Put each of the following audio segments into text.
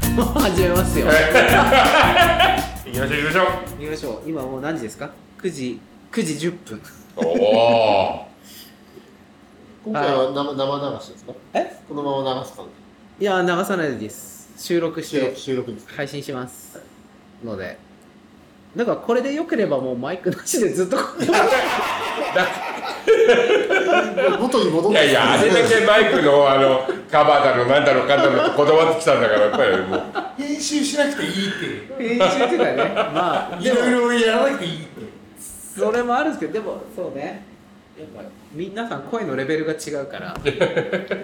ますよ行きましょう行きましょう見ましょう今もう何時ですか9時9時10分おお今回は生生流しですかえこのまま流すかいや流さないです収録し収て録収録です配信しますのでだからこれでよければもうマイクなしでずっと元に戻っいてやいやあれだけマイクのあのカバーだのなんだのかんだのこだわってきたんだからやっぱりもう編集しなくていいって編集っていうかね まあいろいろやらなくていいってそれもあるんですけどでもそうねやっぱ皆さん声のレベルが違うから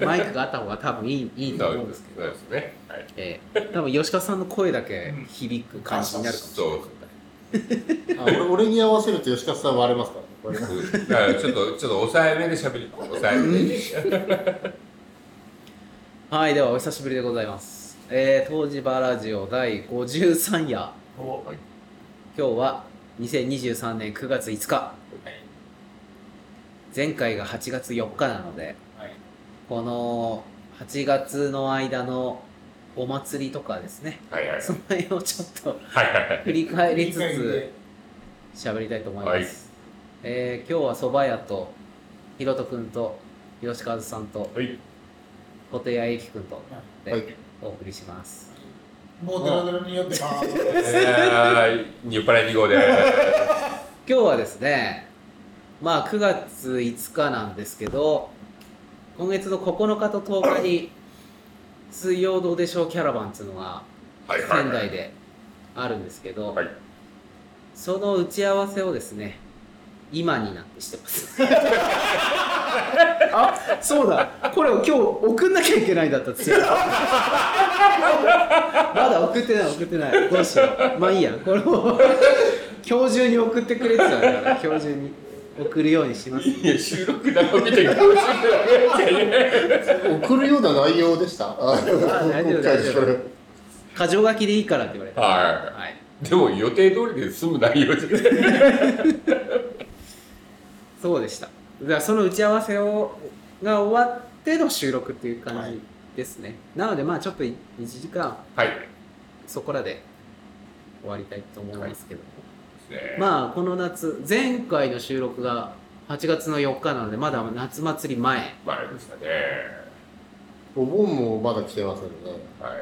マイクがあった方が多分いいいいと思うんですけど、そうですねはいええ多分吉川さんの声だけ響く感じになるかもしれない、 あ俺俺に合わせると吉川さん割れますからこれだからちょっとちょっと抑えめで喋り抑えめではいではお久しぶりでございますえー、東芝ラジオ第53夜お今日は2023年9月5日前回が8月4日なのではいこの8月の間のお祭りとかですねはいはいその辺をちょっとはいはい振り返りつつ喋りたいと思います、はいえー今日はそば屋とひろとくんと吉和さんとはい小手谷由紀くんとはいでお送りします、もうデラデラに酔ってバーッえー酔っ払い2号では今日はですねまあ9月5日なんですけど今月の9日と10日に水曜どうでしょうキャラバンっていうのがいはい仙台であるんですけど、はいその打ち合わせをですね今になってしてます あそうだこれを今日送んなきゃいけないんだった つやまだ送ってない送ってないどうしようまあいいやこれを 今日中に送ってくれてたんだから今日中に送るようにしますいや収録だろみたいな顔してる送るような内容でしたあ大丈夫今回大丈夫それ箇条書きでいいからって言われてははいいでも予定通りで済む内容じゃないそうでした。だからその打ち合わせをが終わっての収録っていう感じですね。なのでまあちょっと1時間はいそこらで終わりたいと思いますけど、ねまあこの夏前回の収録が8月の4日なのでまだ夏祭り前まああれでしたねお盆もまだ来てますんでねはい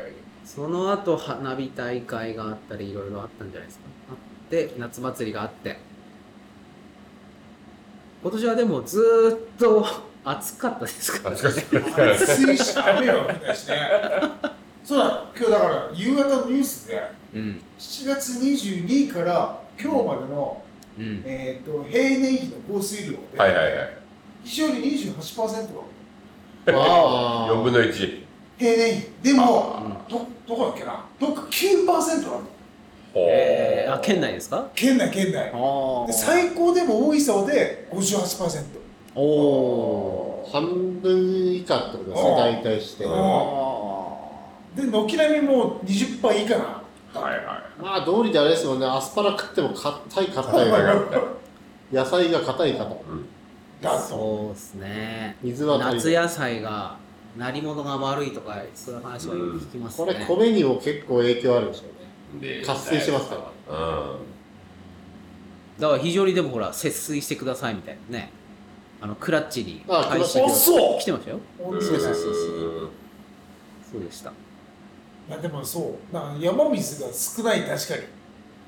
その後花火大会があったりいろいろあったんじゃないですかあって夏祭りがあって今年はでもずーっと暑かったですから、ね、懐か しいですね水死雨を見たしねそうだ今日だから夕方のニュースでうん7月22日から今日までの、うんえー、と平年比の降水量で、はいはいはい非常に28%があ4分の1平年比でもうんどどこだっけなどっか9%あるほうえー、あ県内ですか県内県内おで最高でも多いそうで58%おー半分以下ってことですね大体してうんまで軒並みもう20杯以下なはいはあ道理であれですもんねアスパラ食っても硬いいはい硬い野菜が硬い硬い だとそうですね水は足夏りない野菜が鳴り物が悪いとかそういう話はよく聞きますこね、れ米にも結構影響あるでしょうねで活性しますからうんだから非常にでもほら節水してくださいみたいなねあのクラッチにあ来ました配あ信そう来てましたよそうそうそうそううそうでしたあいやでもそうなんか山水が少ない確かに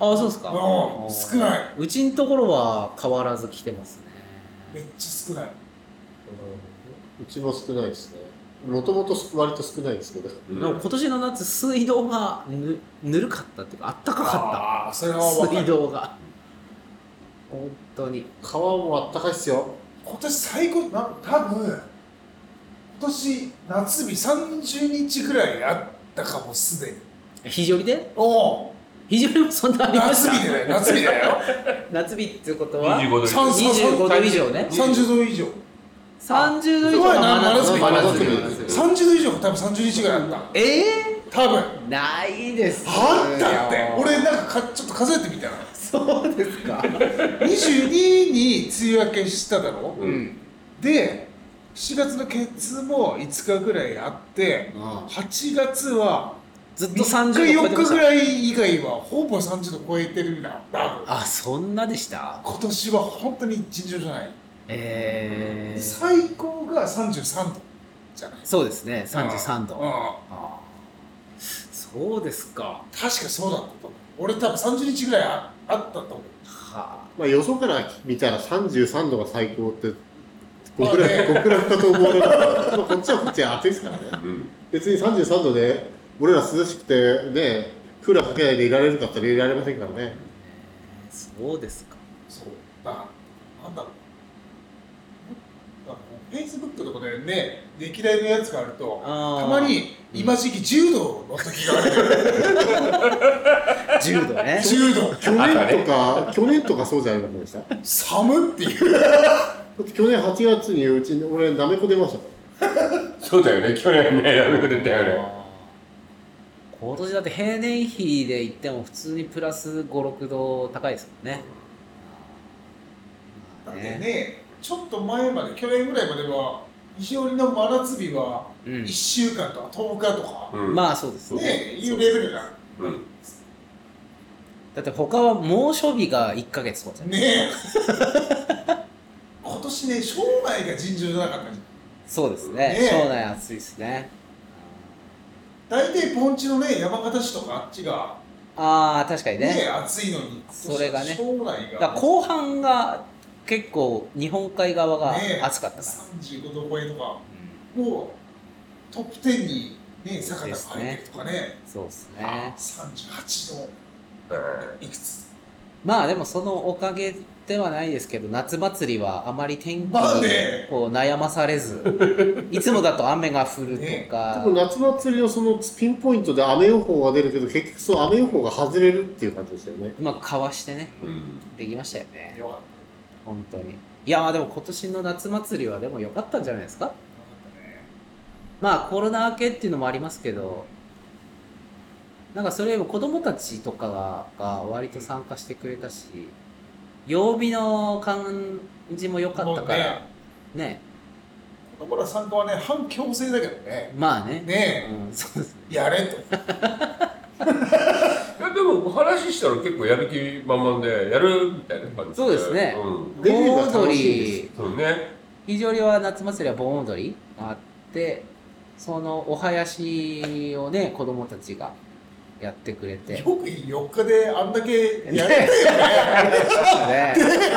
あそうですかうん少ないうちのところは変わらず来てますめねっちゃ少ないうちも少ないですねもともと割と少ないですけどんでも今年の夏水道がぬぬるかったっていうかあったかかああそれはった分か水る道が本当に皮もあったかいっすよ今年最高な多分今年夏日30日ぐらいあったかもすでに非常にでおお非常にもそんなありまし夏た日でね夏日 だよ夏日っていうことは25度以上そうそうそう25度以上ね30度以上30度以す上ごいのな真夏日真夏日真夏30度以上が多分30日ぐらいあった日え多分ー、ないですよあったって俺なんかかちょっと数えてみたらそうです か22に梅雨明けしただろ、うんで7月のケツも5日ぐらいあって8月はずっと3 30度超え日てまし4日たぐらい以外はほぼ30度超えてるな多分あそんなでした今年は本当に尋常じゃない、えー、最高が33度じゃないそうですね33うんうん度あーそうですか確かそうだったと思う俺多分30日ぐらいああったと思うはまあ、よそから見たら33度が最高って極まあね楽極楽かと思われたから、まあ、こっちはこっちで暑いですからねうん別に33度で俺ら涼しくてねクーラーかけないでいられるかったらいられませんからねあそうですかそうだなんだろうフェイスブックとかでね歴代のやつがあるとあーたまに今時期10度の時がある10度ね10度去年とか去年とかそうじゃないかでしただ寒っ ていうって去年8月にうちに俺なめこ出ましたかそうだよね去年ねやめくれたよね今年だって平年比で言っても普通にプラス56度高いですもんねだまっあてねねちょっと前まで去年ぐらいまでは日和の真夏日はうん1週間とか10日とか、うんまあそうですねねいうレベルだうんだって他は猛暑日が1ヶ月とかじゃないねえ今年ね商売が尋常じゃなかったじゃんそうですねね庄内暑いですね大体盆地のね山形市とかあっちがああ確かにねね暑いのにそれがね将来だがから後半が結構日本海側がねえ暑かったから、 35度超えとかもうトップ10にね坂田が入ってるとかねうんそうですね38度いくつまあでもそのおかげではないですけど夏祭りはあまり天気にまあねこう悩まされず、 いつもだと雨が降るとらか、多分夏祭りのそのピンポイントで雨予報が出るけど結局その雨予報が外れるっていう感じでしたよねうまくかわしてねうんできましたよねよかっ本当にいやーでも今年の夏祭りはでも良かったんじゃないですかたよかったねまあコロナ明けっていうのもありますけどなんかそれよりも子供たちとかがが割と参加してくれたし曜日の感じも良かったからもうねね子供ら参加はね反強制だけどねまあねねうん、そうですねえやれといやでも話したら結構やる気満々でやるみたいな感じそうですねうんデビューが盆踊楽しいりそうね非常には夏祭りは盆踊りがあってそのお囃子をね子供たちがやってくれてよく4日であんだけ やれたよねね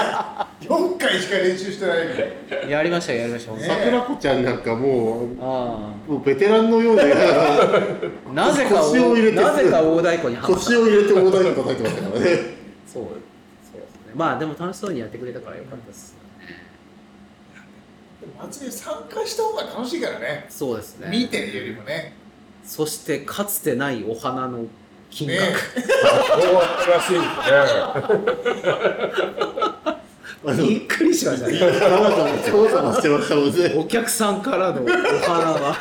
4回しか練習してないみたいなやりましたよやりました、ねえ桜子ちゃんなんかもうあもうベテランのよう であなぜか腰を入れてなぜか大太鼓にはまった腰を入れて大台に叩いてましたからねそうそうですねまあでも楽しそうにやってくれたからよかったです、でも祭り参加した方が楽しいからねそうですね見てるよりもねそしてかつてないお花の金ね額、そうらしいねあのびっくりしましたねざわざわざわざわしてましたもんね お客さんからのお花は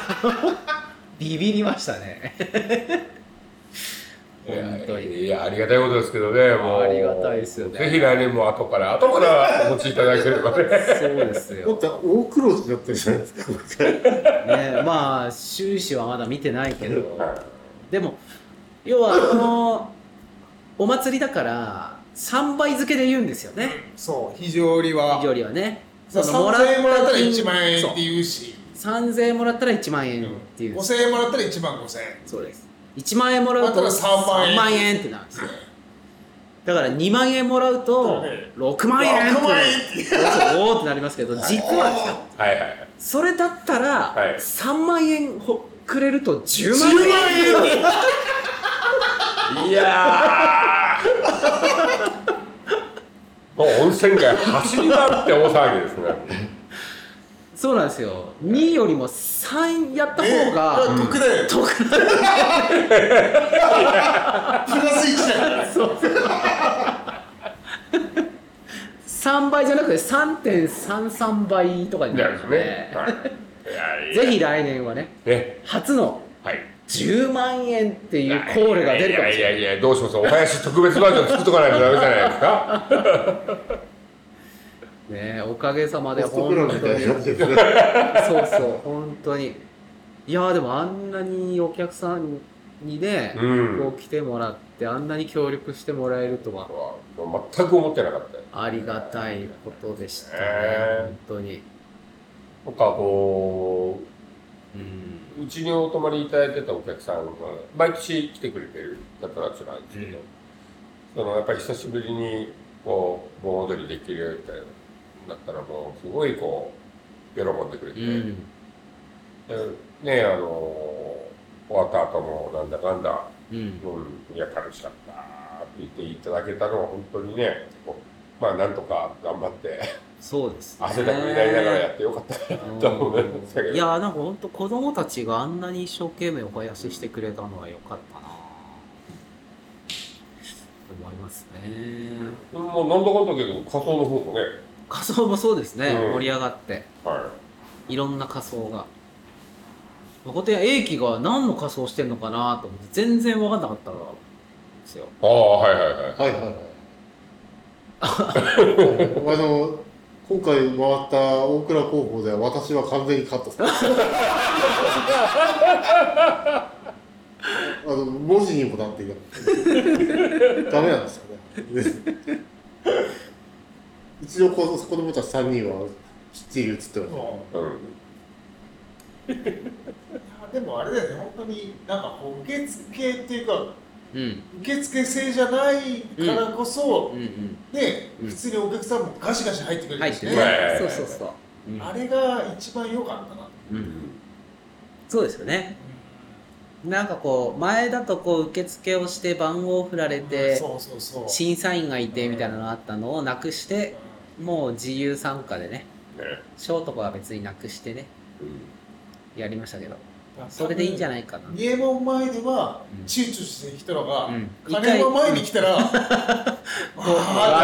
ビビりましたね本当にいやありがたいことですけどねもうありがたいですよねぜひ来年も後から後からお持ちいただけれ ばねそうですだよ、って大苦労になってるじゃないですか僕ね、まあ収支はまだ見てないけどでも要はこのお祭りだから3倍付けで言うんですよねそう非常には料理はねさその3000円もらったら1万円そうって言うし3000円もらったら1万円っていう、 5000円もらったら1万5000円そうです1万円もらうとだったら3万3円万円ってなるんですよだから2万円もらうと6万円って6万おおってなりますけど実はですよはいはいそれだったらはい3万円ほくれると10万10万円いやーもう温泉街走り回って大騒ぎですねそうなんですよ2よりも3やった方ねが得だよ得プラス1だよ3倍じゃなくて3.33倍とかにじゃなあるので、ですね、はい、ぜひだ来年はねね初のはい10万円っていうコールが出るかもしれないいやいやいやどうしますお囃子特別バージョン作っとかないとダメじゃないですかねえおかげさまでホスト本ク当ラブみにたいな感じですねそうそう本当にいやーでもあんなにお客さんにね、うんこう来てもらって、あんなに協力してもらえるとは、全く思ってなかったよありがたいことでしたね、へー本当に。なんかこうん。ううちにお泊まりいただいてたお客さんが毎年来てくれてる方たちなんですけど、うんそのやっぱり久しぶりにこう盆踊りできるよみたいになったらもうすごいこう喜んでくれて、うん。でねあの終わった後もなんだかんだうん。うん、いや、楽しかったって言っていただけたのは本当にね、こうまあ、なんとか頑張 って、そうです、ね。汗だくになりながらやってよかったなと思いましたけいど、やーなんか本当子供たちがあんなに一生懸命お囃子してくれたのは良かったなと思いますねもうなんだかんだけど、仮装の方もね、仮装もそうですね、うん盛り上がってはいろんな仮装が誠や英輝が何の仮装してんのかなと思って全然分かんなかったんですよい、ああ、はいはいはい。はいはいはい。あの、今回回った大倉高校では私は完全にカット された。あの、文字にもなっていない。ダメなんですよね。一応子子供たち3人はきっちり映ってうます。んでもあれだよね、本当になんかこう受付っていうか、うん受付制じゃないからこそ、うんうんね、うん普通にお客さんもガシガシ入ってくれ入るっしてね、ねはいはいそうそうそう、うんあれが一番良かったな。うん、そうですよねなんかこう前だとこう受付をして番号を振られて、そうそうそう。審査員がいてみたいなのがあったのをなくしてもう自由参加でねね賞とかは別になくしてねうんやりましたけどそれでいいんじゃないないかな、三重門前ではうん躊躇してきたのが、うん金山前に来たら、わあ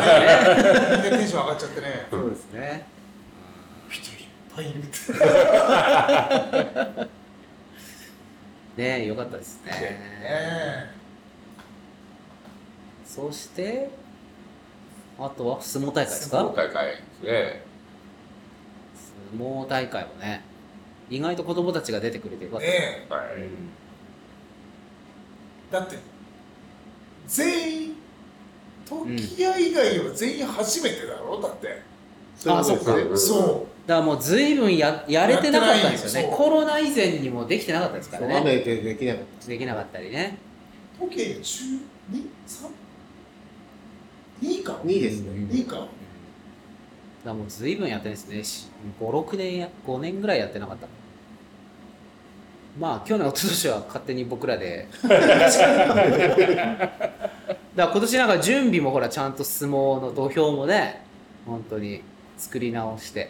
ーってね、みんなテンション上がっちゃってね、 そうですね人いっぱいいるって。ねえよかったですねねそしてあとは相撲大会です今か大会ですね。相撲大会もね意外と子供たちが出てくれてよかった、えはういんだって全員時矢以外は全員初めてだろだって、そういうことですねうんそだからもう随分ややれてなかったんですよやねってないよコロナ以前にもできてなかったですかそうら雨ねでできなかっできなかったりねう時計中2 3 2位かた。2位ですね。 2位かだからもう随分やってないですねし56年や5年ぐらいやってなかったまあ去年おととしは勝手に僕らで だから今年なんか準備もほらちゃんと相撲の土俵もね本当に作り直して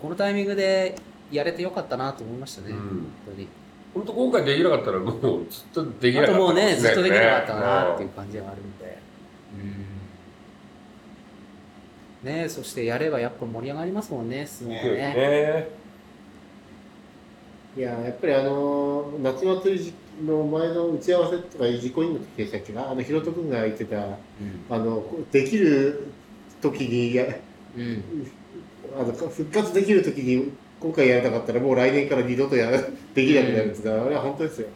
このタイミングでやれてよかったなと思いましたね、うん本当に本当今回できなかったらもうずっとできなあかとったもうね、すずっとできなかったなっていう感じがあるんで。うん。ねそしてやればやっぱ盛り上がりますもんね、相撲ね。ねねいやーやっぱりあのー夏祭りの前の打ち合わせとか事故員の時でしたっけなあのひろと君が言ってたあうん。のこうできる時にやうん。あの復活できる時に今回やらなかったらもう来年から二度とやらできなくなるんですが、あれは本当ですよね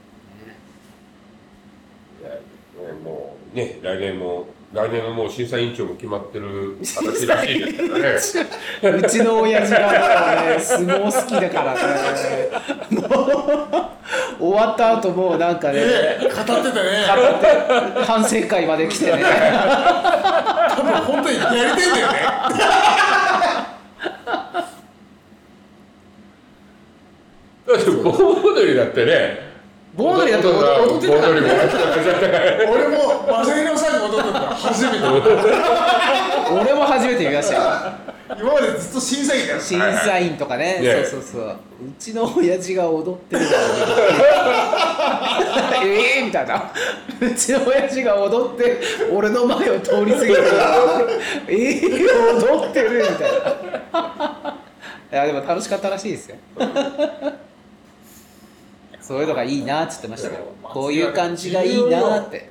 もうね、来年も、来年のもう審査委員長も決まってる形らしいですからね。うちの親父 がね、相撲好きだからね。終わった後もうなんかね、語ってたね反省会まで来てね。 多分本当にやりてんだよねだって盆踊りだってね盆踊りだと踊ってたから盆踊りもやってたから俺もマセイのさんに戻ったのが初めて俺も初めて見ましたよ。今までずっと審査員だよ審査員とかね、はいはいそうそうそう、うちの親父が踊って るから、ね、ええみたいな、うちの親父が踊って、俺の前を通り過ぎて、ええ踊ってるみたいな。いやでも楽しかったらしいで すよ。そういうのがいいなっつってましたけど、こういう感じがいいなって。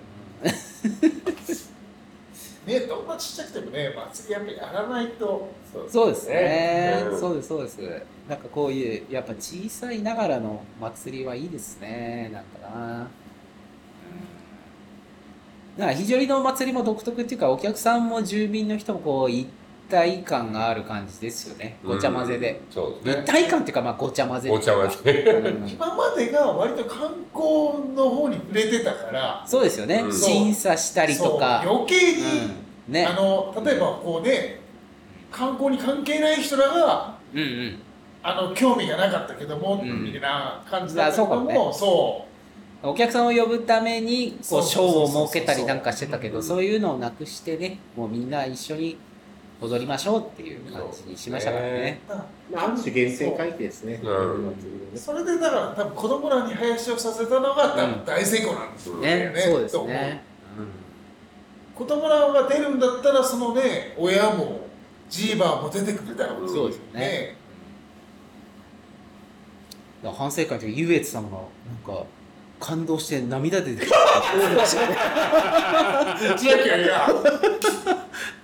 ね、どんなちっちゃくてもね、祭りやっぱやらないと、そうそうですね、うんそうですそうですなんかこういうやっぱ小さいながらの祭りはいいですねなんかななんか肘折のお祭りも独特っていうかお客さんも住民の人もこう一体感がある感じですよねごちゃ混ぜで、うんそうです一ね体感っていうかまあごちゃ混ぜお茶はねうん今までが割と観光の方に触れてたから、そうですよね、うん審査したりとかそう余計に、うん、ねあの例えばこうね、観光に関係ない人らが、うんうんあの興味がなかったけども、うんみたいな感じだったけども、あそうかもそお客さんを呼ぶためにこうショそーうそうそうそうを設けたりなんかしてたけどうんそういうのをなくしてねもうみんな一緒に踊りましょうっていう感じにしましたからね。うだからまあ、ある種原生回帰ですね。うん祭りのねそれでだから多分子供らに林をさせたのが多分大成功なんですよ、うんねねそうですね。子供らが出るんだったらそのね親もジーバーも出てくれたらうんそうですよね。だから反省会の時優越さんがなんか感動して涙出てき た。いやいやい や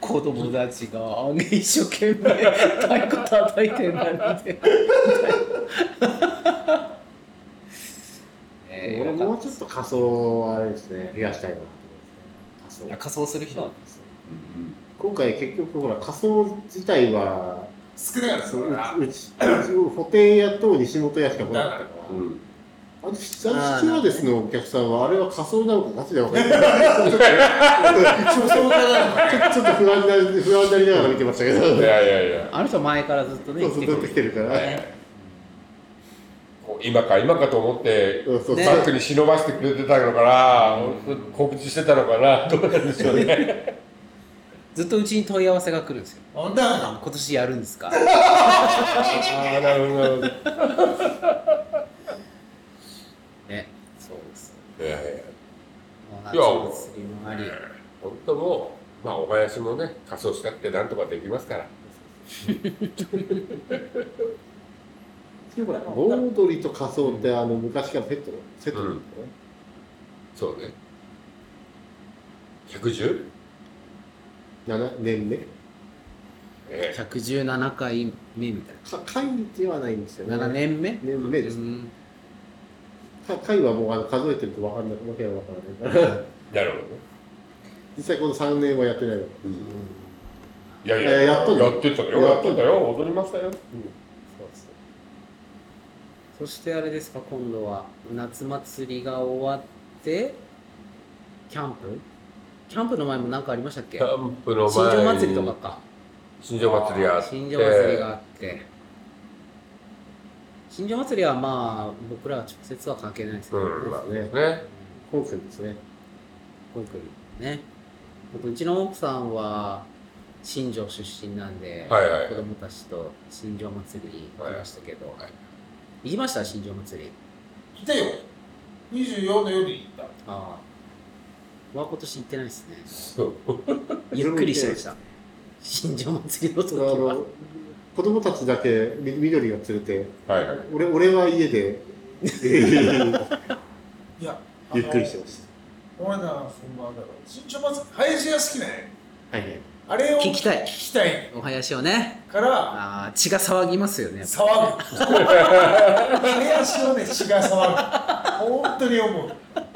子供たちが一生懸命太鼓叩いてんだってえー俺もうちょっと仮想をあれですね、増やしたいなと思っていますやね。仮装する人なん仮想。今回結局ほら仮想自体は少なかったそかうらうちうち補填屋と西本屋しか来なかったかうら。んあの、七七ですのお客さんは、あれは仮想なのかガチなのか、女装家なのちょっとちょっと不安になり、不安になりながら見てましたけど、いやいやいやあの人前からずっとねそうそう、ずっと来てるから、ねこう今か今かと思ってそうそう、ねバックに忍ばしてくれてたのかな、告知してたのかな、どうなんでしょうね。ずっとうちに問い合わせが来るんですよほんだら今年やるんですかああ、なるほど、なるほど。ねそうですいやいや、もう夏い祭やりもあり本当もう、まあ、お囃子もね、仮装したってなんとかできますから。でもほら盆踊りと仮装って、あの、昔からセット、セットなんですよね。そうね。110? 7年目かええ117回目みたい会ではないんですよね。な7年目年う目です。んか会はもうあの数えてると分かんない、わけが分からないから。なるほどね。実際この3年はやってないの。いやいえや、えやっとんのやってたよ、やってたよ、踊りましたよ。そしてあれですか今度は夏祭りが終わってキャンプキャンプの前も何かありましたっキけャンプの前に。新庄祭りとかか新庄祭りがあって。新庄祭りがあって新庄祭りはまあ僕らは直接は関係ないですけうど、ん、まあね。本線ですね。こういうふうにね僕うちの奥さんは新庄出身なんで、はいはいはい子供たちと新庄祭りに行きましたけど、はいはい行きました新庄祭り来たよ24の夜に行っああ僕は今年行ってないですねそう。ゆっくりしてました新庄祭りのあ時はの、子供たちだけみ緑が連れて、はいはい。俺俺は家で、たいやゆっくりしてるまし俺なそんなだから新庄祭り林が好きねた。はいはい。あれを聞きたい聞きたいお囃子をねからああ血が騒ぎますよね騒ぐ 林のね血が騒ぐ本当に思う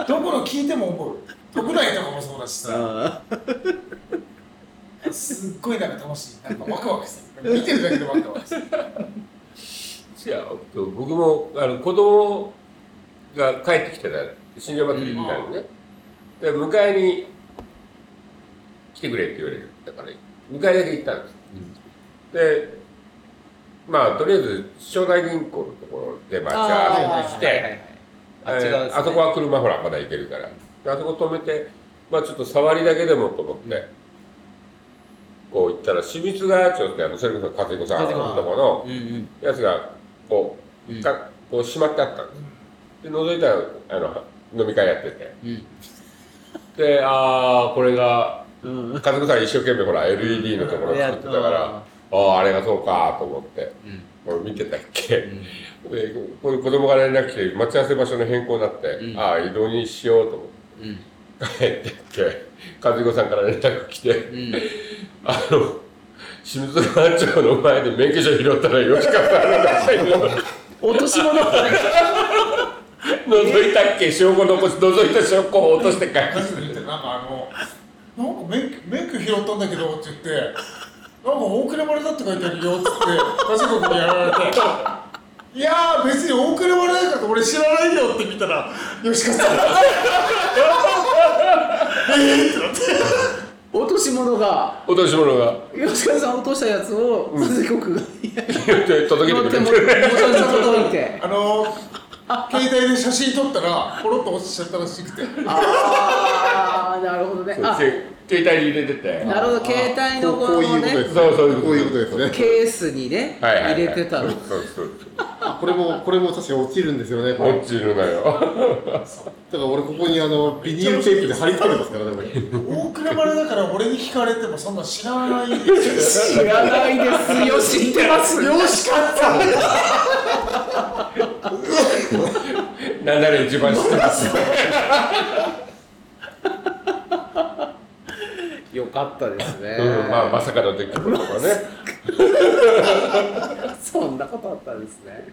どこの聞いても思う国内とかもそうだしさああすっごいなんか楽しい。なんかワクワクする。見てるだけでワクワクする。いや、僕も、あの、子供が帰ってきてた、新庄祭りみたいなのね。で、迎えに来てくれって言われる。だから、迎えだけ行ったんです。で、まあ、とりあえず、湘南銀行のところで待ち合わせしはいはいて、はいえあ違うんですねーあそこは車ほらまだ行けるからであそこ止めてまあちょっと触りだけでもと思ってこう行ったら清水川町ってあのそれこそ和彦さん和彦さんのとこのうんうんやつがこううんかこう閉まってあったんですで覗いたらあの飲み会やっててうんでああこれがうん和彦さん一生懸命ほら LED のところ作ってたからあああれがそうかと思ってうんこれ見てたっけうんでこういう子供が連絡来て待ち合わせ場所の変更になって、うんああ移動にしようと思ってうん帰って って和彦さんから連絡来てう ん。あの清水班長の前で免許証拾ったらよしかったのだけど 落とし物。覗いたっけ証拠残し覗いた証拠を落として帰ってマきジでて見てなんかあのなんか免許免許拾ったんだけどって言ってなんか大倉丸だって書いてあるよっつって家事国にやられていやー別に大倉丸だから俺知らないよって見たら吉川さん落とし物が。落とし物が吉川さん落としたやつを、鈴木国が。拾って届け乗てっても、く れ元てに届い て。あの携帯で写真撮ったらポロッと落ちちゃったらしくてああ、なるほどね。そうあ、せ携帯に入れててなるほど、携帯のこのこういうことでねす。そうそういうことこういうことですね。ケースにね、はいはいはい入れてたの。そうそうそうこれも、これも確か落ちるんですよね。これ落ちるのよ だから俺ここにあの、ビニールテープで貼り付けてますからね、これ。大倉丸だから俺に聞かれてもそんな知らない知らないですよ、知ってますよ。吉川さんなんなら一番知って ますよかったですね。うんまあまさかの出来事とかねそんなことあったんですね。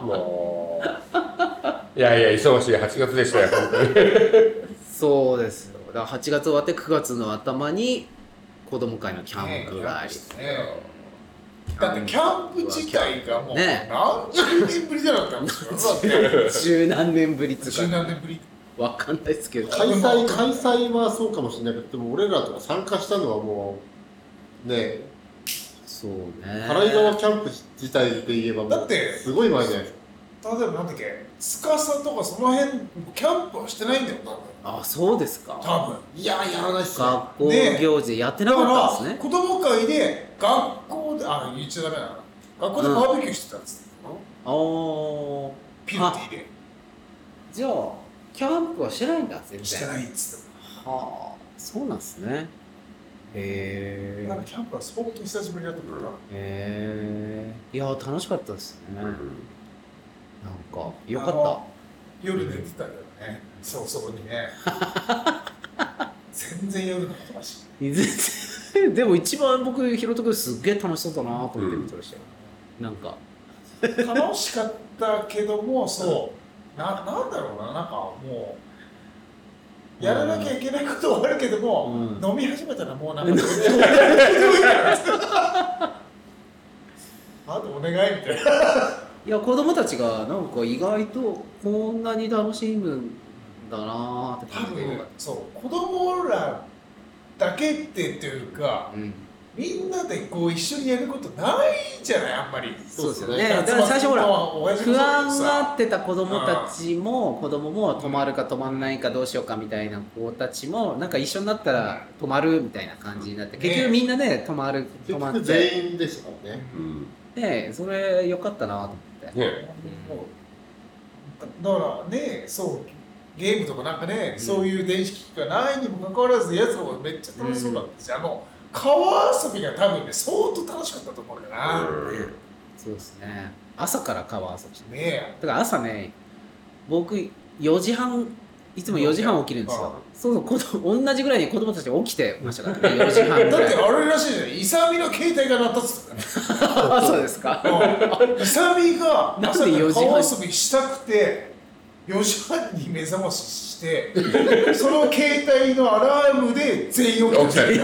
もういやいや忙しい8月でしたよ本当にそうですよ。だから8月終わって9月の頭に子供会のキャンプがあり。だってキャンプ自体がもうね何十年ぶりじゃなかったんですよ。だって十何年ぶりと十か、何年ぶり。わかんないですけど。開催、開催はそうかもしれないけど、でも俺らとか参加したのはもう、ね、そうね。原井川キャンプ自体で言えばもう、だってすごい前じゃないですか。例えばなんだっけ、司とかその辺キャンプはしてないんだよあ、そうです多か。分。いや、やらないっすね。学校行事でやって多な分。だかったかんらですね。子供会で学校であ言っちゃダメだな。学校でバーベキューしてたんですよ。あーピルティでじゃあ、キャンプはしてないんだ、全然。してはないっつってあ、そうなんですね。へた。なんかえ。キャンプは相当久しぶりだったから。へえ。いや、楽しかったですね。なんか、よかあったの。夜寝てたんだよね。そうそこに ね。全然夜のことだしい。全然 でも一番僕ひろとくんすっげえ楽しそうだなと思って見てましたよ、なんか楽しかったけどもそうななんだろうななんかもうやらなきゃいけないことはあるけども、うん飲み始めたらもうなんか あとお願いみたいないや子供たちがなんか意外とこんなに楽しむんだなーって多感じが分そう子供らだけってっていうかうん、みんなでこう一緒にやることないじゃないあんまりそうですよそうですねだねから最初ほらら不安がってた子供たちも子供も泊まるか泊まんないかどうしようかみたいな子たちもなんか一緒になったら泊まるみたいな感じになって結局みんなね泊まる泊結まっ局て全員でしたからね。うんねそれよかったなと思ってねだからねそうゲームとかなんかね、そういう電子機器がないにもかかわらずやつの方がめっちゃ楽しそうだったし、あの川遊びが多分ね相当楽しかったと思うんだよな、そうですね朝から川遊びしてねだから朝ね僕4時半いつも4時半起きるんですよそうそう子供同じぐらいに子供たち起きてましたからね4時半 えぐだっらていあれらしいじゃないイサミの携帯が鳴ったっつってあそうですかたね うんイサミがなんで朝から4時半川遊びしたくて4時半に目覚まし してその携帯のアラームで全 員起き起きてる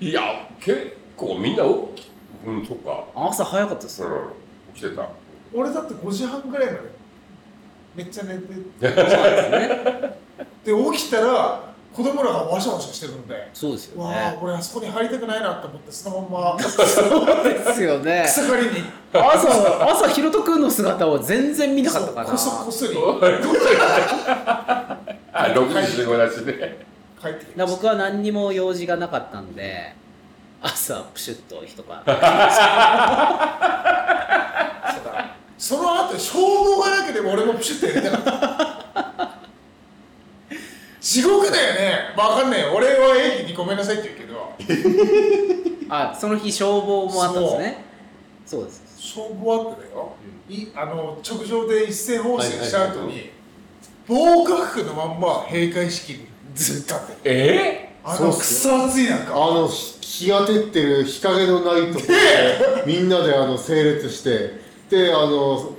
いや結構みんな大きうんそっか朝早かったですうよん起きてた俺だって5時半ぐらいまでめっちゃ寝 てねで起きたら子供らがワシャワシャしてるんで、そうですよわあね俺あそこに入りたくないなと思ってそのまんまそうですよね草刈りに朝朝ひろとくんの姿を全然見なかったからこそこそりあ6時15だしね帰ってきだからまし僕は何にも用事がなかったんで朝プシュッと一晩たその後消防がなければ俺もプシュッとやりたかった 地獄だよね、まあ、わかんないよ俺は演技にごめんなさいって言うけどあその日消防もあったんですねそうです消防あってだよ、いあの直上で一斉放水した後に、防火服のまんま閉会式にずっと立ってえあそうのっくすそ暑いあ中の日当てってる日陰のないとこでみんなであの整列してであの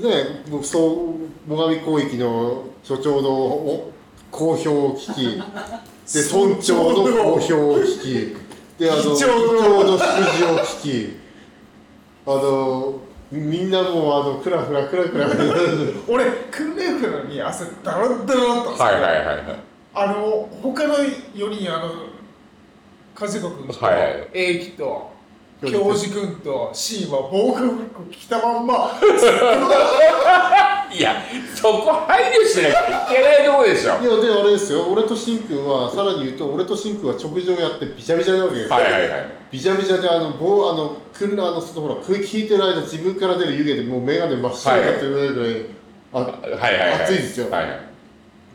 ねもうそう最上広域の所長のお公表を聞き でそう村長の公表を聞きであの議議長の長の数字を聞きあのみんなもうあのクラクラクラクラ 俺訓練服なのに汗だらだらだったんですー、よはいはいはいはいあの他の4人あの和彦君とはいはい英樹と教授君とシーンは防火服着たまんまいや、そこ配慮しなきゃいけないとこでしょ。はいいやであれですよ俺としんくんはさらに言うと俺としんくんは直上やってびちゃびちゃなわけですよはいはい。びちゃびちゃであの棒あのくんあのそのほら空気引いてる間自分から出る湯気でもう眼鏡真っ白になってるぐらい、あはいはいはい。暑いですよはいはい。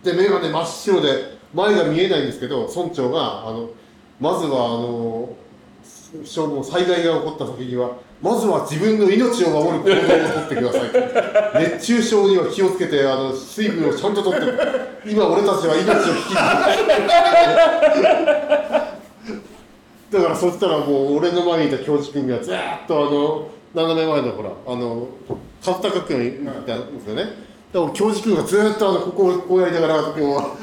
で眼鏡真っ白で前が見えないんですけど村長があのまずはあの消防災害が起こった時にはまずは自分の命を守る行動をとってください熱中症には気をつけてあの水分をちゃんととって今俺たちは命を引き継ぐだからそしたらもう俺の前にいた教授君がずーっとあの斜め前のほらあのカフタカ君いたんですよね、でも教授君がずーっとあのここをこうやりながらこうあの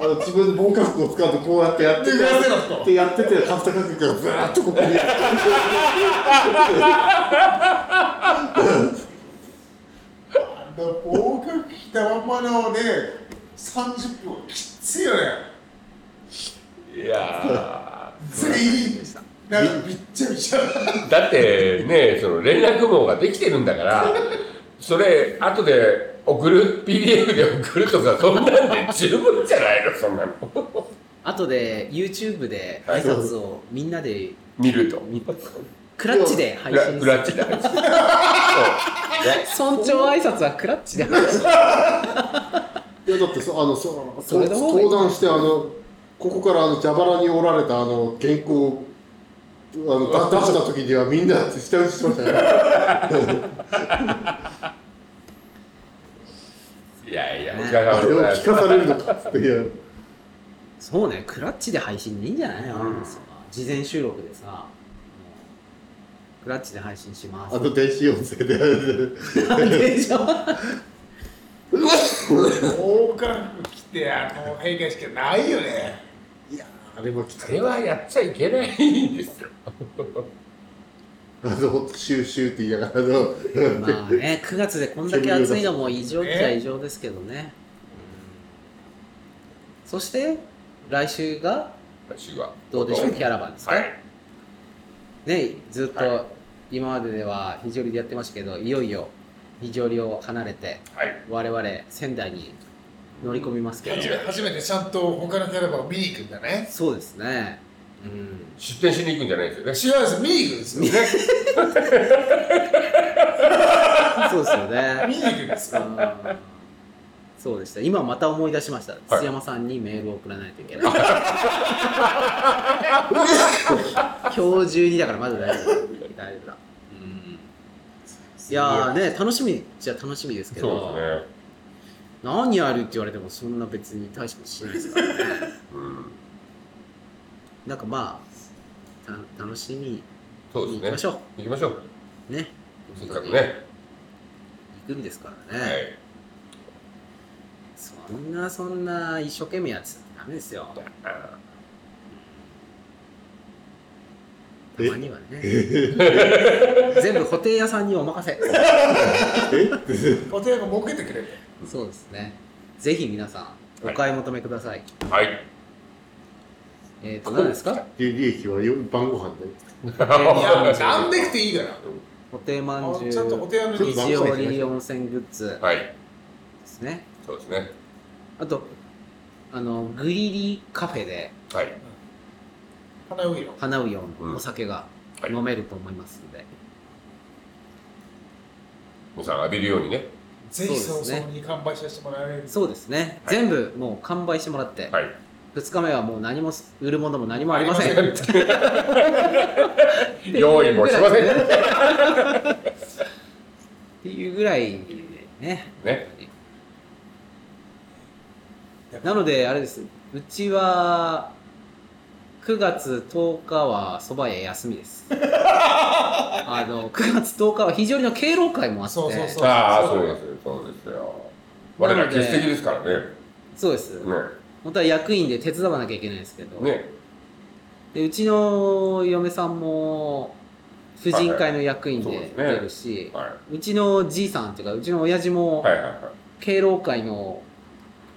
あの自分の防火服を使うとこうやってやって脱がせろとってやっててカフタカ君がずーっとここに。防火服着たまんまのね30分はきついよねいや全員なんかびっちゃびちゃーだってね、その連絡網ができてるんだから、それ、後で送る、PDF で送るとか、そんなんで十分じゃないの、そんなの。後で YouTube で挨拶をみんなで見ると。見クラッチで配ラ信クするラッチだ。そう村長挨拶はクラッチで配信いやだってそあのそそれの方がいい登壇してあのここからあの蛇腹に折られたあの原稿をあのだ出した時にはみんな下打ちしましたよいやいや、お疲あれれ様でを聞す。かされるのかっていうそうねクラッチで配信でいいんじゃないの、うんその事前収録でさもうクラッチで配信しまあすの電子音声で でしょ防火服着てあの閉会式はないよねあれも来そたれはやっちゃいけないんですよ。あのシューシューって言いながらあのまあね9月でこんだけ暑いのも異常っちゃ異常ですけどねうんそして来週が私は。どうでしょうキャラバンですか、はい。ねずっはと今まででは非常理でやってましたけどいよいよ非常理を離れてはい。我々仙台に乗り込みますけど初め初めてちゃんと他のキャラバンを見に行くんだねそうですねうん出店しに行くんじゃないですよね。違うんです見に行くんですよねそうですよね見に行くんですようん そうでした今また思い出しました土山さんにメールを送らないといけない 今日中にだからまだ大丈夫大丈夫だうんいやーね楽しみじゃ楽しみですけどそうですね。何やるって言われてもそんな別に大したことしないですからねうん。なんかまあた楽しみにそうです行ね。きましょ行きましょう。うねせっかくね。行くんですからね、はい。そんなそんな一生懸命やってたらダメですよあたまにはね全部固定屋さんにお任せお手が儲けてくれるそうですねぜひ皆さんお買い求めください、ーはい。えっ、ー、と何ですかで利益はよ晩ご飯でいやなんでくていいから固定まんじゅあうちゃんとお手紙に日曜日温泉グッズはい。ですねそうですね。あとあのグリリカフェではい。花をいろ花うようなお酒がうんはい飲めると思いますので、皆さん浴びるようにね。ぜひ早そうです々に完売させてもらえるそうですね、はい全部もう完売してもらって、はい。 2日目はもう何も売るものも何もありませんあり用意もしません。ね。っていうぐらいね、なので、あれです。うちは、9月10日は蕎麦屋休みです。あの、9月10日は非常にの敬老会もあって、そうそうそうああ、そうですよ、そうですよ。我ら欠席ですからね。そうです。本当は役員で手伝わなきゃいけないんですけど、ね。ね。でうちの嫁さんも、婦人会の役員はいはいでそうですね出るし、はうちのじいさんっていうか、うちの親父い。もは、いはいはい。敬老会の、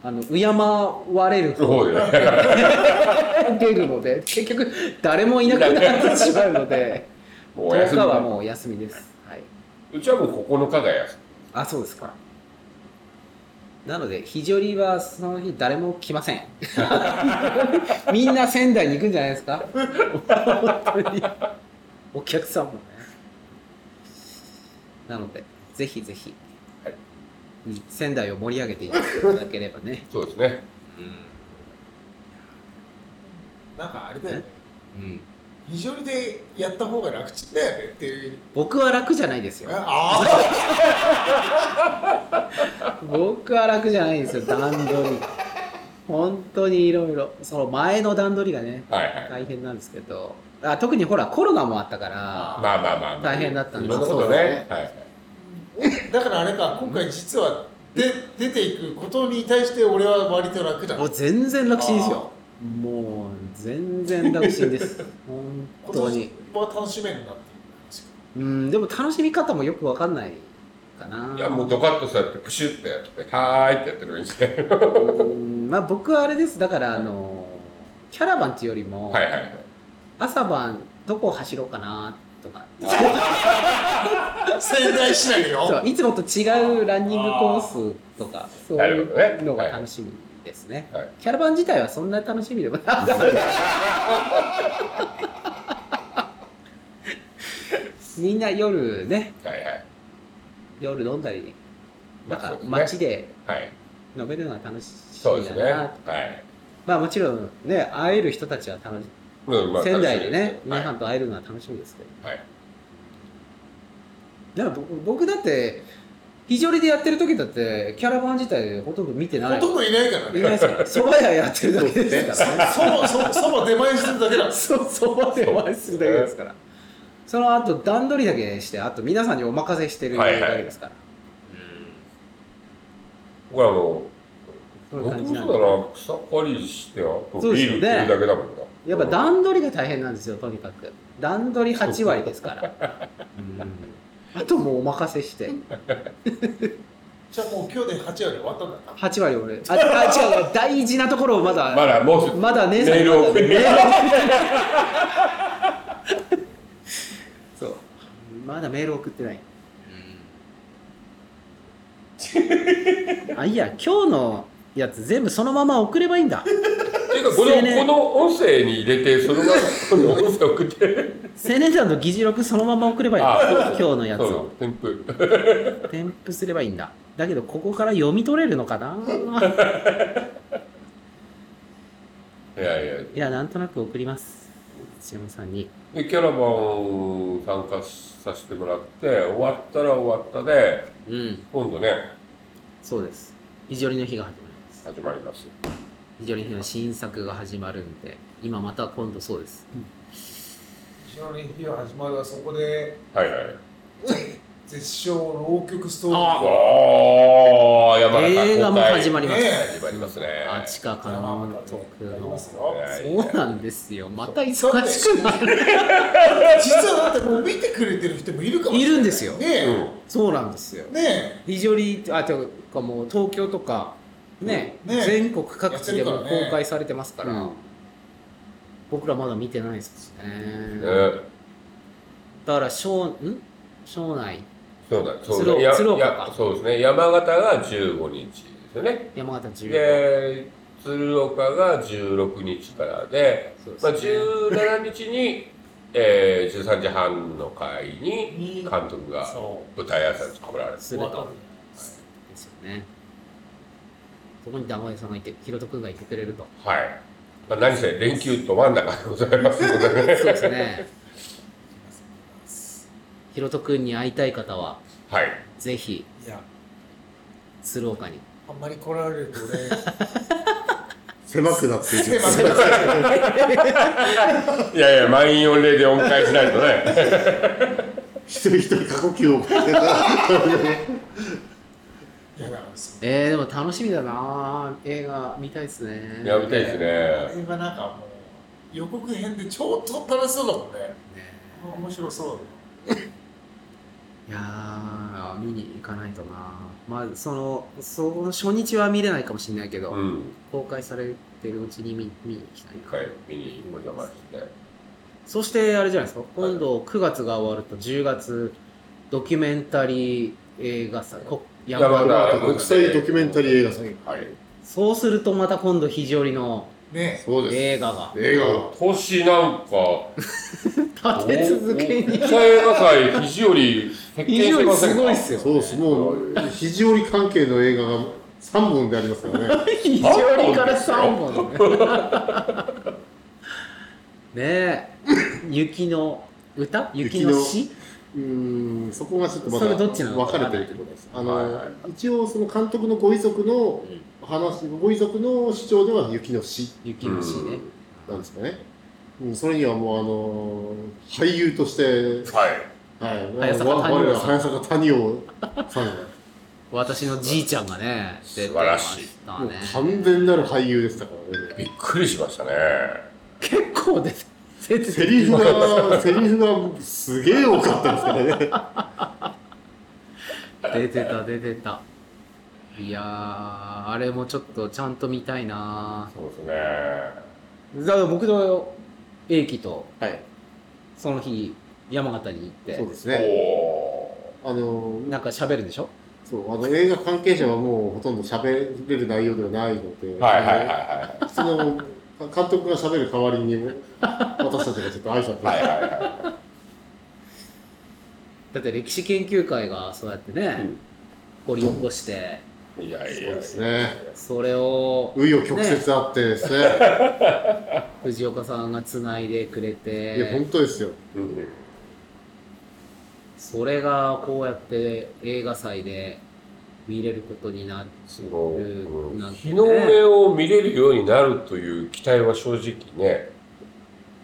あの、敬われるそ方うです ね。出るので、結局、誰もいなくなってしまうので、も うお10日休みはだ。もうお休みです。はい。うちはもう9日が休あ、そうですか。なので、肘折りはその日誰も来ま せん。みんな仙台に行くんじゃないですか本当に。お客さんもね。なので、ぜひぜひ、はい仙台を盛り上げていただければね。み。そうですね。なんかあれだよねうん、非常にでやった方が楽ちんだよねっていう僕は楽じゃないですよ。ああ僕は楽じゃないんですよ段取り本当にいろいろその前の段取りがねはいはい。大変なんですけどあ特にほらコロナもあったからまあまあまあまあ。大変だったんいでろんなことね。はい。だからあれか今回実はで出ていくことに対して俺は割と楽だもう全然楽ちんですよもう全然楽ちんです 本今当に年は楽しめるなってうんでも楽しみ方もよくわかんないかないや、もうドカッとさ、プシュってやって、はーいってやってるんですね。うんまあ僕はあれですだからあのキャラバンっていうよりも、はいはい。朝晩どこを走ろうかなとかいう仙台市内そよういつもと違うランニングコースとかそういなるほうどのがね楽しみですねはいキャラバン自体はそんな楽しみでもない みんな夜ねはいはい。夜飲んだりなんまあかそ街うですねではい。飲めるのは楽しそうみですだね。な、はい。まあもちろんね会える人たちは楽しうんまあ仙台でねは皆いさんと会えるのは楽しみですけどはい。だから僕僕だって非常にでやってる時だってキャラバン自体ほとんど見てないほとんどいないからいねないですから。蕎麦屋やってるだけですからね。そばそばそば出前してるだけだそう、蕎麦屋はするだけですから。その後段取りだけして、あと皆さんにお任せしてるだはいはいけですから。僕はもそうう、いう感僕じもなそんうだで。な、草刈りして、あとそうでビすーよルねってるだけだもんな。やっぱ段取りが大変なんですよ、とにかく。段取り8割ですから。うんあともうお任せして。じゃあもう今日で8割終わったんだな8割俺。あ、あ違う、大事なところをまだ。まだもうすぐまだ姉さんメールを送るまだね そう。まだメール送ってない。あ、いいや、今日のやつ全部そのまま送ればいいんだ。ていうか、この、 CNN この音声に入れて、そのまま、この音声送って。青年団の議事録そのまま送ればいいんだ。今日のやつそうなをの。添付。添付すればいいんだ。だけど、ここから読み取れるのか ないやいや。いや、なんとなく送ります。土山さんに。で、キャラバン参加させてもらって、終わったら終わったで、うん、今度ね、そうです。非常にの日が始まります。始まります。非常にの新作が始まるんで、今また今度そうです。非常に日が始まるはそこではいはい。絶唱浪曲ストーリあおー、やばい。映画も始まりますねえ始まりますね。あちかかなとくーありの。ますそようなんですよ。また忙 しくなる。実はだってもう見てくれてる人もいるかもしれないいるんですよねうえ、ん。そうなんですよ。ね非常に、あ、てかもう東京とか、ね、ね全国各地でもやってるからね公開されてますから、うん僕らまだ見てないですしね。ねだから、省、ん省内、そうだ、そう鶴だ。岡いや鶴い岡やそうですね。山形が15日ですよね。山形中で、鶴岡が16日からで、そうですまねあ、17日に、えー、13時半の会に監督えがそ舞台挨拶来られて、すると。ですよね。そこに玉井さんがいて、ひろとくんがいてくれると。はい。まあ、何せ連休ど真ん中でございますのでね。 そうですね。ひろとくんに会いたい方は、はい。ぜひ、ういや鶴岡に。 あんまり来られるとね狭くなっている。いやいや、満員御礼で恩返しないとね。一人一人過呼吸を覚えていやだからそえー、でも楽しみだな映画見たいですねやめたいですうあね。れはなんかもう予告編でちょっと楽しそうだもんねねあ面白そうだないやー見に行かないとなまあそのその初日は見れないかもしれないけど、 うん。公開されてるうちに見見に行きたい一な、回見にお邪魔して。そしてあれじゃないですか今度9月が終わると10月ドキュメンタリー映画祭こヤングアンダーと国際ドキュメンタリー映画祭。はい。そうするとまた今度非常にのねそうです。映画が映画が。年なんか、立て続けに国際映画祭、肘より設非計し常てにませすんかごいっすよそうです。もう、肘折関係の映画が3本でありますからね。非常にから3本ねねえ雪の歌雪の詩うーん、そこがちょっとまそれどっちなだの分かれてるってことです。あはいはいの、一応その監督のご遺族の話、ご遺族の主張では雪の詩雪の詩ねなんですかね。うん、それにはもうあの、俳優として、はい。はい、早坂我谷々王はさん早坂谷王さ んが、私のじいちゃんがね素晴らしい出てまもうしたね完全なる俳優でしたからね。びっくりしましたね。結構出て出てセリフ が、セリフがすげえ多かったですからね。出てた出てたいやーあれもちょっとちゃんと見たいなそうですね。だから僕と英樹とはい。その日山形に行そうっですおね。おあのて、なんか喋るんでしょそう、あの映画関係者はもうほとんど喋れる内容ではないので、ー。はいはいはいい。その、監督が喋る代わりに、私たちがちょっと挨拶をはい。はいはいはだって歴史研究会がそうやってね、掘り起こして、い。いやいそうやで。すね。それを紆余曲折あってですね。藤岡さんがつないでくれいや、本て当ですよ。うんそれがこうやって映画祭で見れることになるすごい。うんなんてね日の目を見れるようになるという期待は正直ね。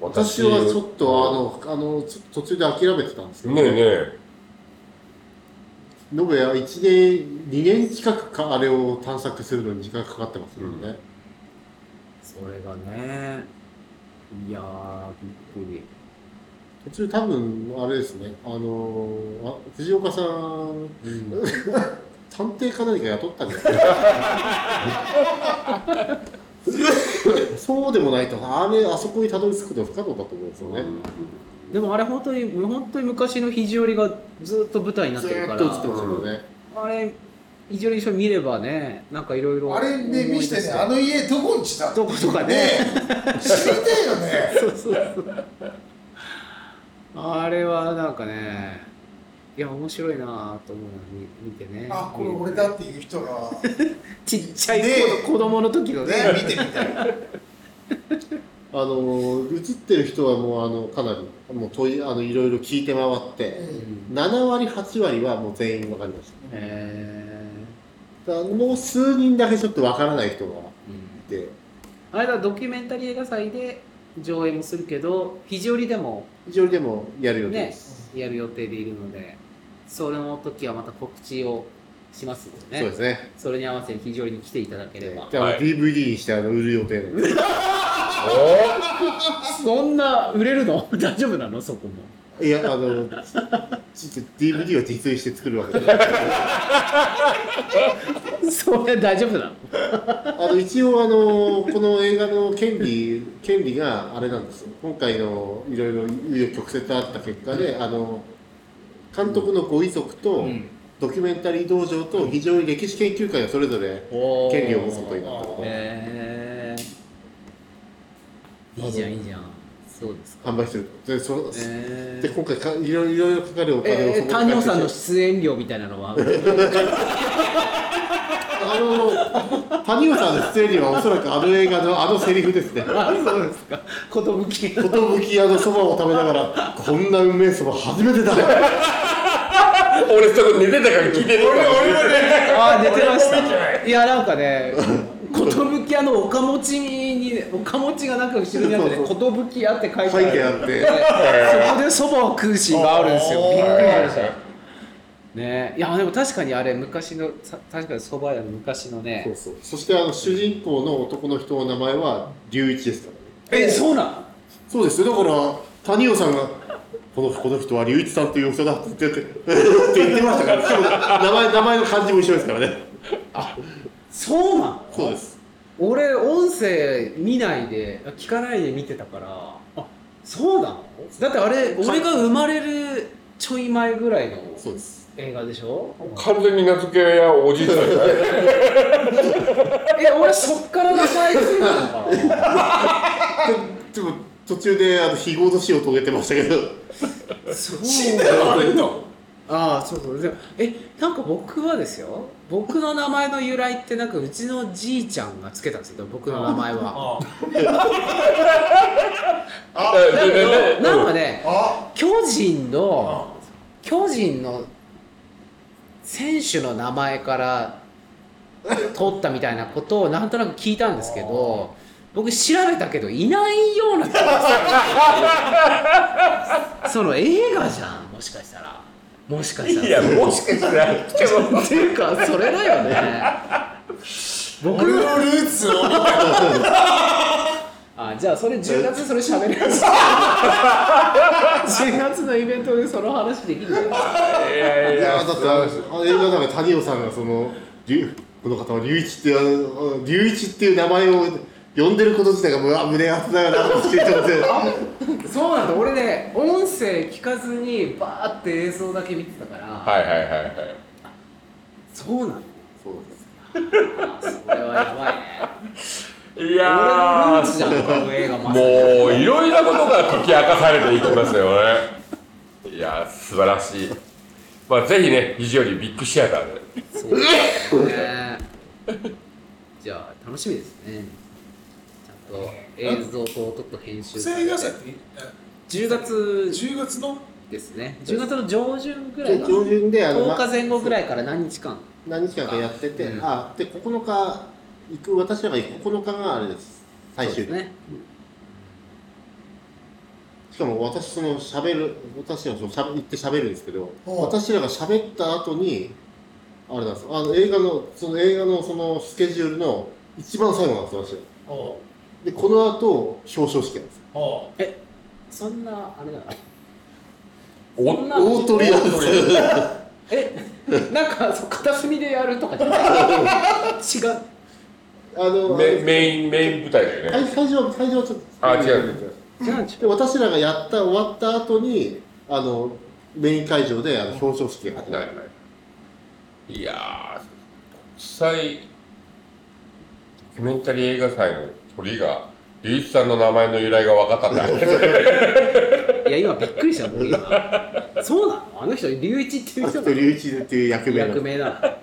私はちょっと、あの、あの、ちょっと途中で諦めてたんですけど、ねえねえ。延べは1年、2年近くか、あれを探索するのに時間かかってますよね。それがねいやーびっくり途中多分あれですねあのーあ藤岡さんうん、探偵か何か雇ったんですかそうでもないとあれあそこにたどり着くことは不可能だと思うんですよね、でもあれ本当に本当に昔の肘折がずっと舞台になっずてるーかっらと映ってますよね、あれ肘折一緒に見ればねなんかいろいろあれね見してねあの家どこにしたどことかねねえ知りたいよねそうそうそう。あれはなんかね、いや、面白いなぁと思うのに見てね。あこれ俺だっていう人がねちっちゃい子,、ね子供の時のね。見てみたいあのー映ってる人はもうあのかなりもう問いあのいろいろ聞いて回って、7割8割はもう全員わかりましえただからもう数人だけちょっとわからない人がーうんいてあれだ、ドキュメンタリー映画祭で上映もするけど、肘折でも非常にでもやるようです、やる予定でいるので、それの時はまた告知をしますのでね。そうですねそれに合わせて非常に来ていただければ。じゃあ、はい DVD にしてあの売る予定な んです。そんな売れるの 大丈夫なのそこも。いや、あの、ちょっと DVD を自炊して作るわけじゃない。それ大丈夫なのあの、一応、あの、この映画の権利、権利があれなんですよ。今回のいろいろ紆余曲折あった結果で、あの、監督のご遺族と、うんドキュメンタリー道場と非常に歴史研究会がそれぞれ権利を持つことになったので、へえいいじゃんいいじゃんそうですか販売してる。で、そへでえ今回かいろいろいろかかるお金をえそー、こ丹野さんのに出演料みたいなの はあの、谷尾さんの出演にはおそらくあの映画のあのセリフですね。あそうですか寿寿屋のそばを食べながら、こんなうめえそば初めてだよ。俺そこ寝てたから聞いてねえから。ああ寝てましたいやなんかね寿屋あの岡持ちにね岡持ちがなんか後ろにあってね「そう寿屋」って書いてあ背る景あって。でそこでそばを食うシーンがあるんですよおーびっくりしましたねいやでも確かにあれ昔のさ確かにそば屋の昔のそねうそう。そしてあの主人公の男の人の名前は龍一ですからね。えそうなのそうですよ。だから谷尾さんがこのこの人は龍一さんという人だって言って って言ってましたから。しか も名前名前の漢字も一緒ですからね。そうなのそうです。俺音声見ないで聞かないで見てたからあそうなのだってあれ俺が生まれるちょい前ぐらいのそうです。映画でしょ完全に名付けやおじいさんじゃないえ俺そっからが最近なのかなででも途中であの非合の死を遂げてましたけど。そう死んではないのああそうそうでもえなんか僕はですよ僕の名前の由来ってなんかうちのじいちゃんがつけたんですけど僕の名前はああでででなんかねあ巨人のあ巨人の選手の名前から取ったみたいなことをなんとなく聞いたんですけど僕調べたけどいないような気がするその映画じゃんもしかしたらもしかしたらいやもしかしたら来てもっていうかそれだよね僕俺のルーツを見たあじゃあそれ10月それ喋れる10 月のイベントでその話できるいやいいややーだってあの映画の中で谷尾さんがその龍この方は龍一っていうあの龍一っていう名前を呼んでること自体がもううわ胸熱だよなって言ってまそうなんだ俺ね音声聞かずにバーって映像だけ見てたから、はいはいはいはいそうなのそうあそれはやばいねい俺のやルーツじゃんこの映画まさもにういろいろなことが解き明かされていきますよねいや素晴らしいまあぜひね肘よりビッグシアターでそうですねじゃあ楽しみですねちゃんと映像と音と編集それ映画祭って10月10月のですね10月の上旬ぐらいでかすな上旬であの、 10ま日前後ぐらいから何日間何日間かやってて、うんあで9日行く私らが行く9日があれです最終そう日ですねしかも私その喋る私らそのしゃ行って喋るんですけどおう私らが喋った後にあれなんですよあの映画のその映画のそのスケジュールの一番最後なんですよ私らおうでこの後表彰式なんですよおうそんなあれだなおそんな大鳥なんですよえなんかそう片隅でやるとかじゃない違うあのメメインメイン舞台だよね会会場会場はちょっとあ違う違うんでしょで私らがやった終わった後にあのメイン会場であの表彰式が始まはるいはいいやー国際ドキュメンタリー映画祭の鳥が龍一さんの名前の由来が分かったんだいや今びっくりした僕今そうなのあの人龍一っていうあ人との龍一っていう役名の役名なのあ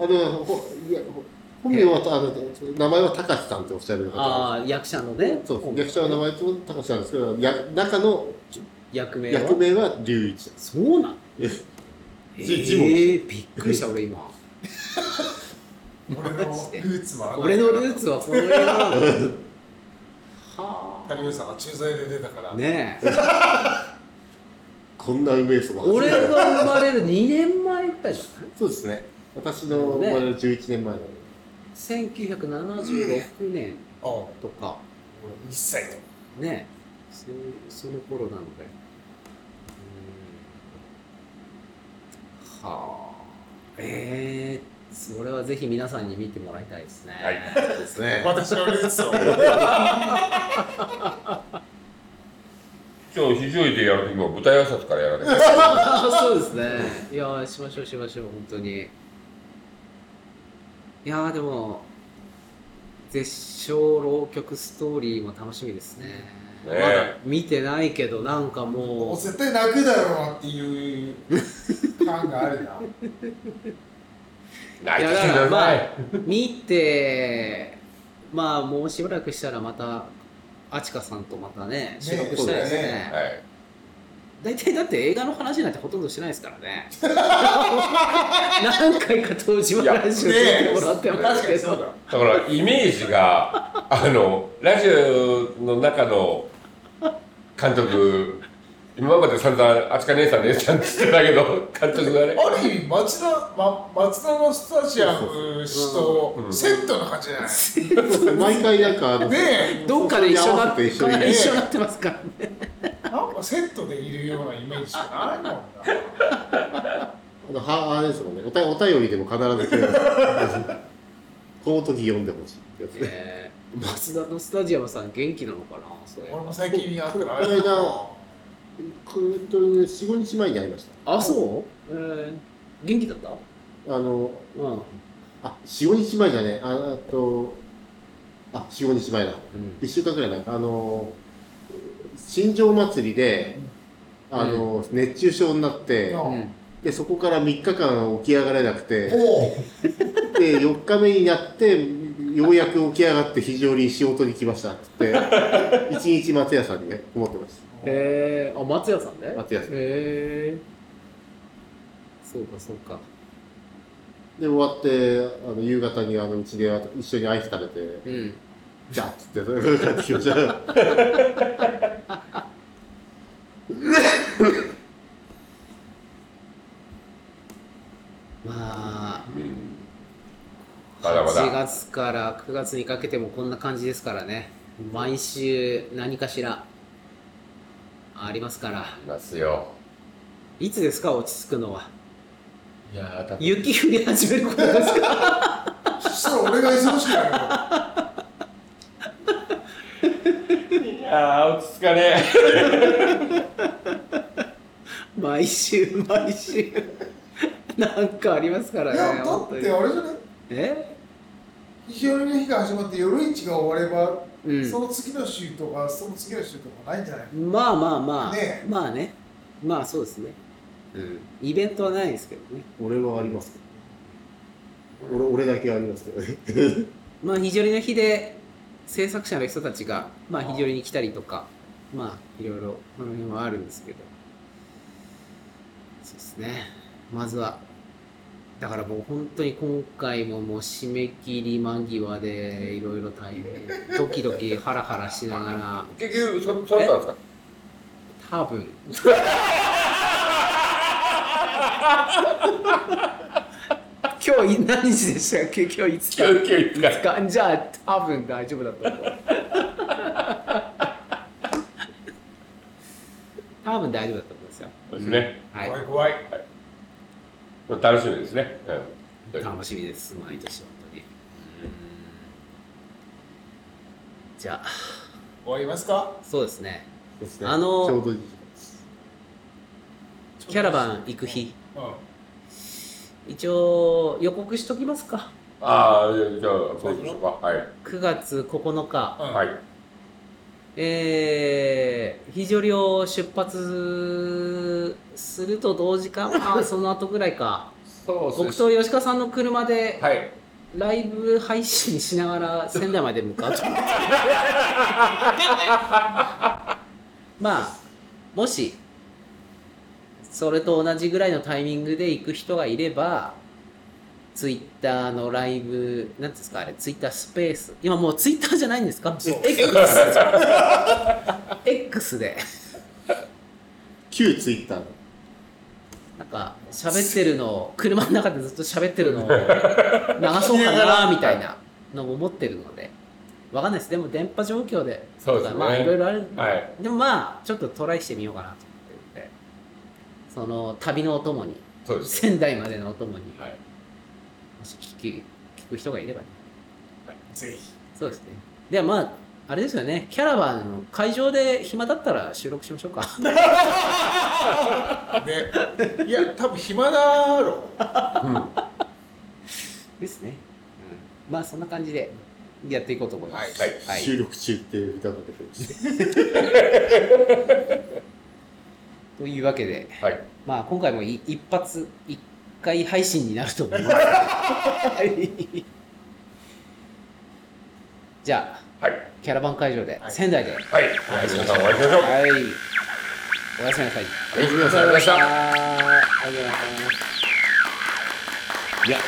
のほいやほ本名はあの名前は高橋さんっておっしゃる方ああ役者のねそうです役者の名前と高橋さんですけどや中の役名は役名は龍一ですそうなのええじ字幕ー、びっくりした俺今俺のルーツは俺のルーツツはこの映画なのは あ谷口さんが駐在で出たからねえこんなうめえそば俺が生まれる2年前ぐらいじそうですね私の生ねまれる11年前なのでゃない1976年おうとか俺1歳とねそその頃なのでうんはあええそれはぜひ皆さんに見てもらいたいですね、はいですね私のルーツを今日肘よりでやる時も舞台挨拶からやらないあー そうですねいやーしましょうしましょう本当にいやーでも絶唱浪曲ストーリーも楽しみですねねまだ見てないけどなんかももうう絶対泣くだろうなっていう感があるな泣いやいてだくからだまさあい見てまあもうしばらくしたらまたあちかさんとまたね収録したいですねねはい大体だって映画の話なんてほとんどしてないですからね何回か東芝ラジオ出てもらってますけど、だだからイメージがあのラジオの中の監督今まで散々「あつか姉さん姉さん」って言ってたけど監督がね ある意味町田、ま、松田のスタジアム氏とセットな感じじゃない、毎回なん かあのねえどっかで一緒になって一緒に一緒になってますからねなんかセットでいるようなイメージしかないもんなはあれですもんねおたお便りでも必ず来る この時読んでほしいってやつねえー松田のスタジアムさん元気なのかなそれ俺も最近やったらこの間45日前に会いましあそう、えー、元気だったたあのうん、うん、あ45日前じゃねああとあ45日前だ1週間くらい前あの新庄祭りであの、熱中症になって、うんうんでそこから3日間起き上がれなくておうで4日目になってようやく起き上がって非常に仕事に来ましたって一日松屋さんにね思ってましえー、あ松屋さんねた松屋さんへえそうかそうかで終わってあの夕方にあのうちで一緒にアイス食べてうんじゃあっつって帰ってきましたまあうんまだま8だ月から9月にかけてもこんな感じですからね毎週何かしらありますからいますよいつですか落ち着くのはいやーだって雪降り始めることですかそしたら俺が忙しくなるよいやー落ち着かね毎週毎週 なんかありますからいねや、だ本っ当にてあれじゃないえ日和の日が始まって夜市が終われば、うんその次の週とかその次の週とかないんじゃないまあまあまあ、ねえまあねまあそうですね、うん、イベントはないですけどね俺はありますけど俺俺だけはありますけどねまあ日和の日で制作者の人たちが、まあ、日和に来たりとかまあいろいろこの辺はあるんですけどそうですねまずはだからもう本当に今回ももう締め切り間際でいろいろ大変ドキドキハラハラしながらえ結局そそうだったんですか多 分今日何時でしたっけ今日いつ今だ日今日言っかじゃあ多分大丈夫だと思う多分大丈夫だと思うんですよそうですねはい怖い楽しみですねうん楽しみです毎年本当にじゃあ終わりますかそうですねそうですねあのちょうどいいキャラバン行く日うん一応予告しときますかああじゃあそうしましょうかはい9月9日うんはいえー、肘折りを出発すると同時か、まあ、その後ぐらいか、 そう僕ですねと吉川さんの車ではいライブ配信しながら仙台まで向かうと思 って。まあ、もし、それと同じぐらいのタイミングで行く人がいれば、ツイッターのライブ、なんていうんですか、あれ、ツイッタースペース。今もうツイッターじゃないんですかそう X, X で。旧ツイッターのなんか喋ってるのを車の中でずっと喋ってる のを流そうかなみたいなのも思ってるのでわかんないですでも電波状況でそうですねとかまあいろいろある、はいでもまあちょっとトライしてみようかなと思ってるんでその旅のお供にそうです仙台までのお供にはいもし聞き聞く人がいればねぜひそうですねではまああれですよねキャラバンの会場で暇だったら収録しましょうかでいや多分暇だろですね、うん、まあそんな感じでやっていこうと思います、はいはい収録中っていう歌が出てましたというわけで、はいまあ、今回もい一発一回配信になると思います。はいじゃあはいキャラバン会場で仙台で、はい皆さんお会いしましょうはいおやすみなさい。ありがとうございました。あーありがとうございます。いや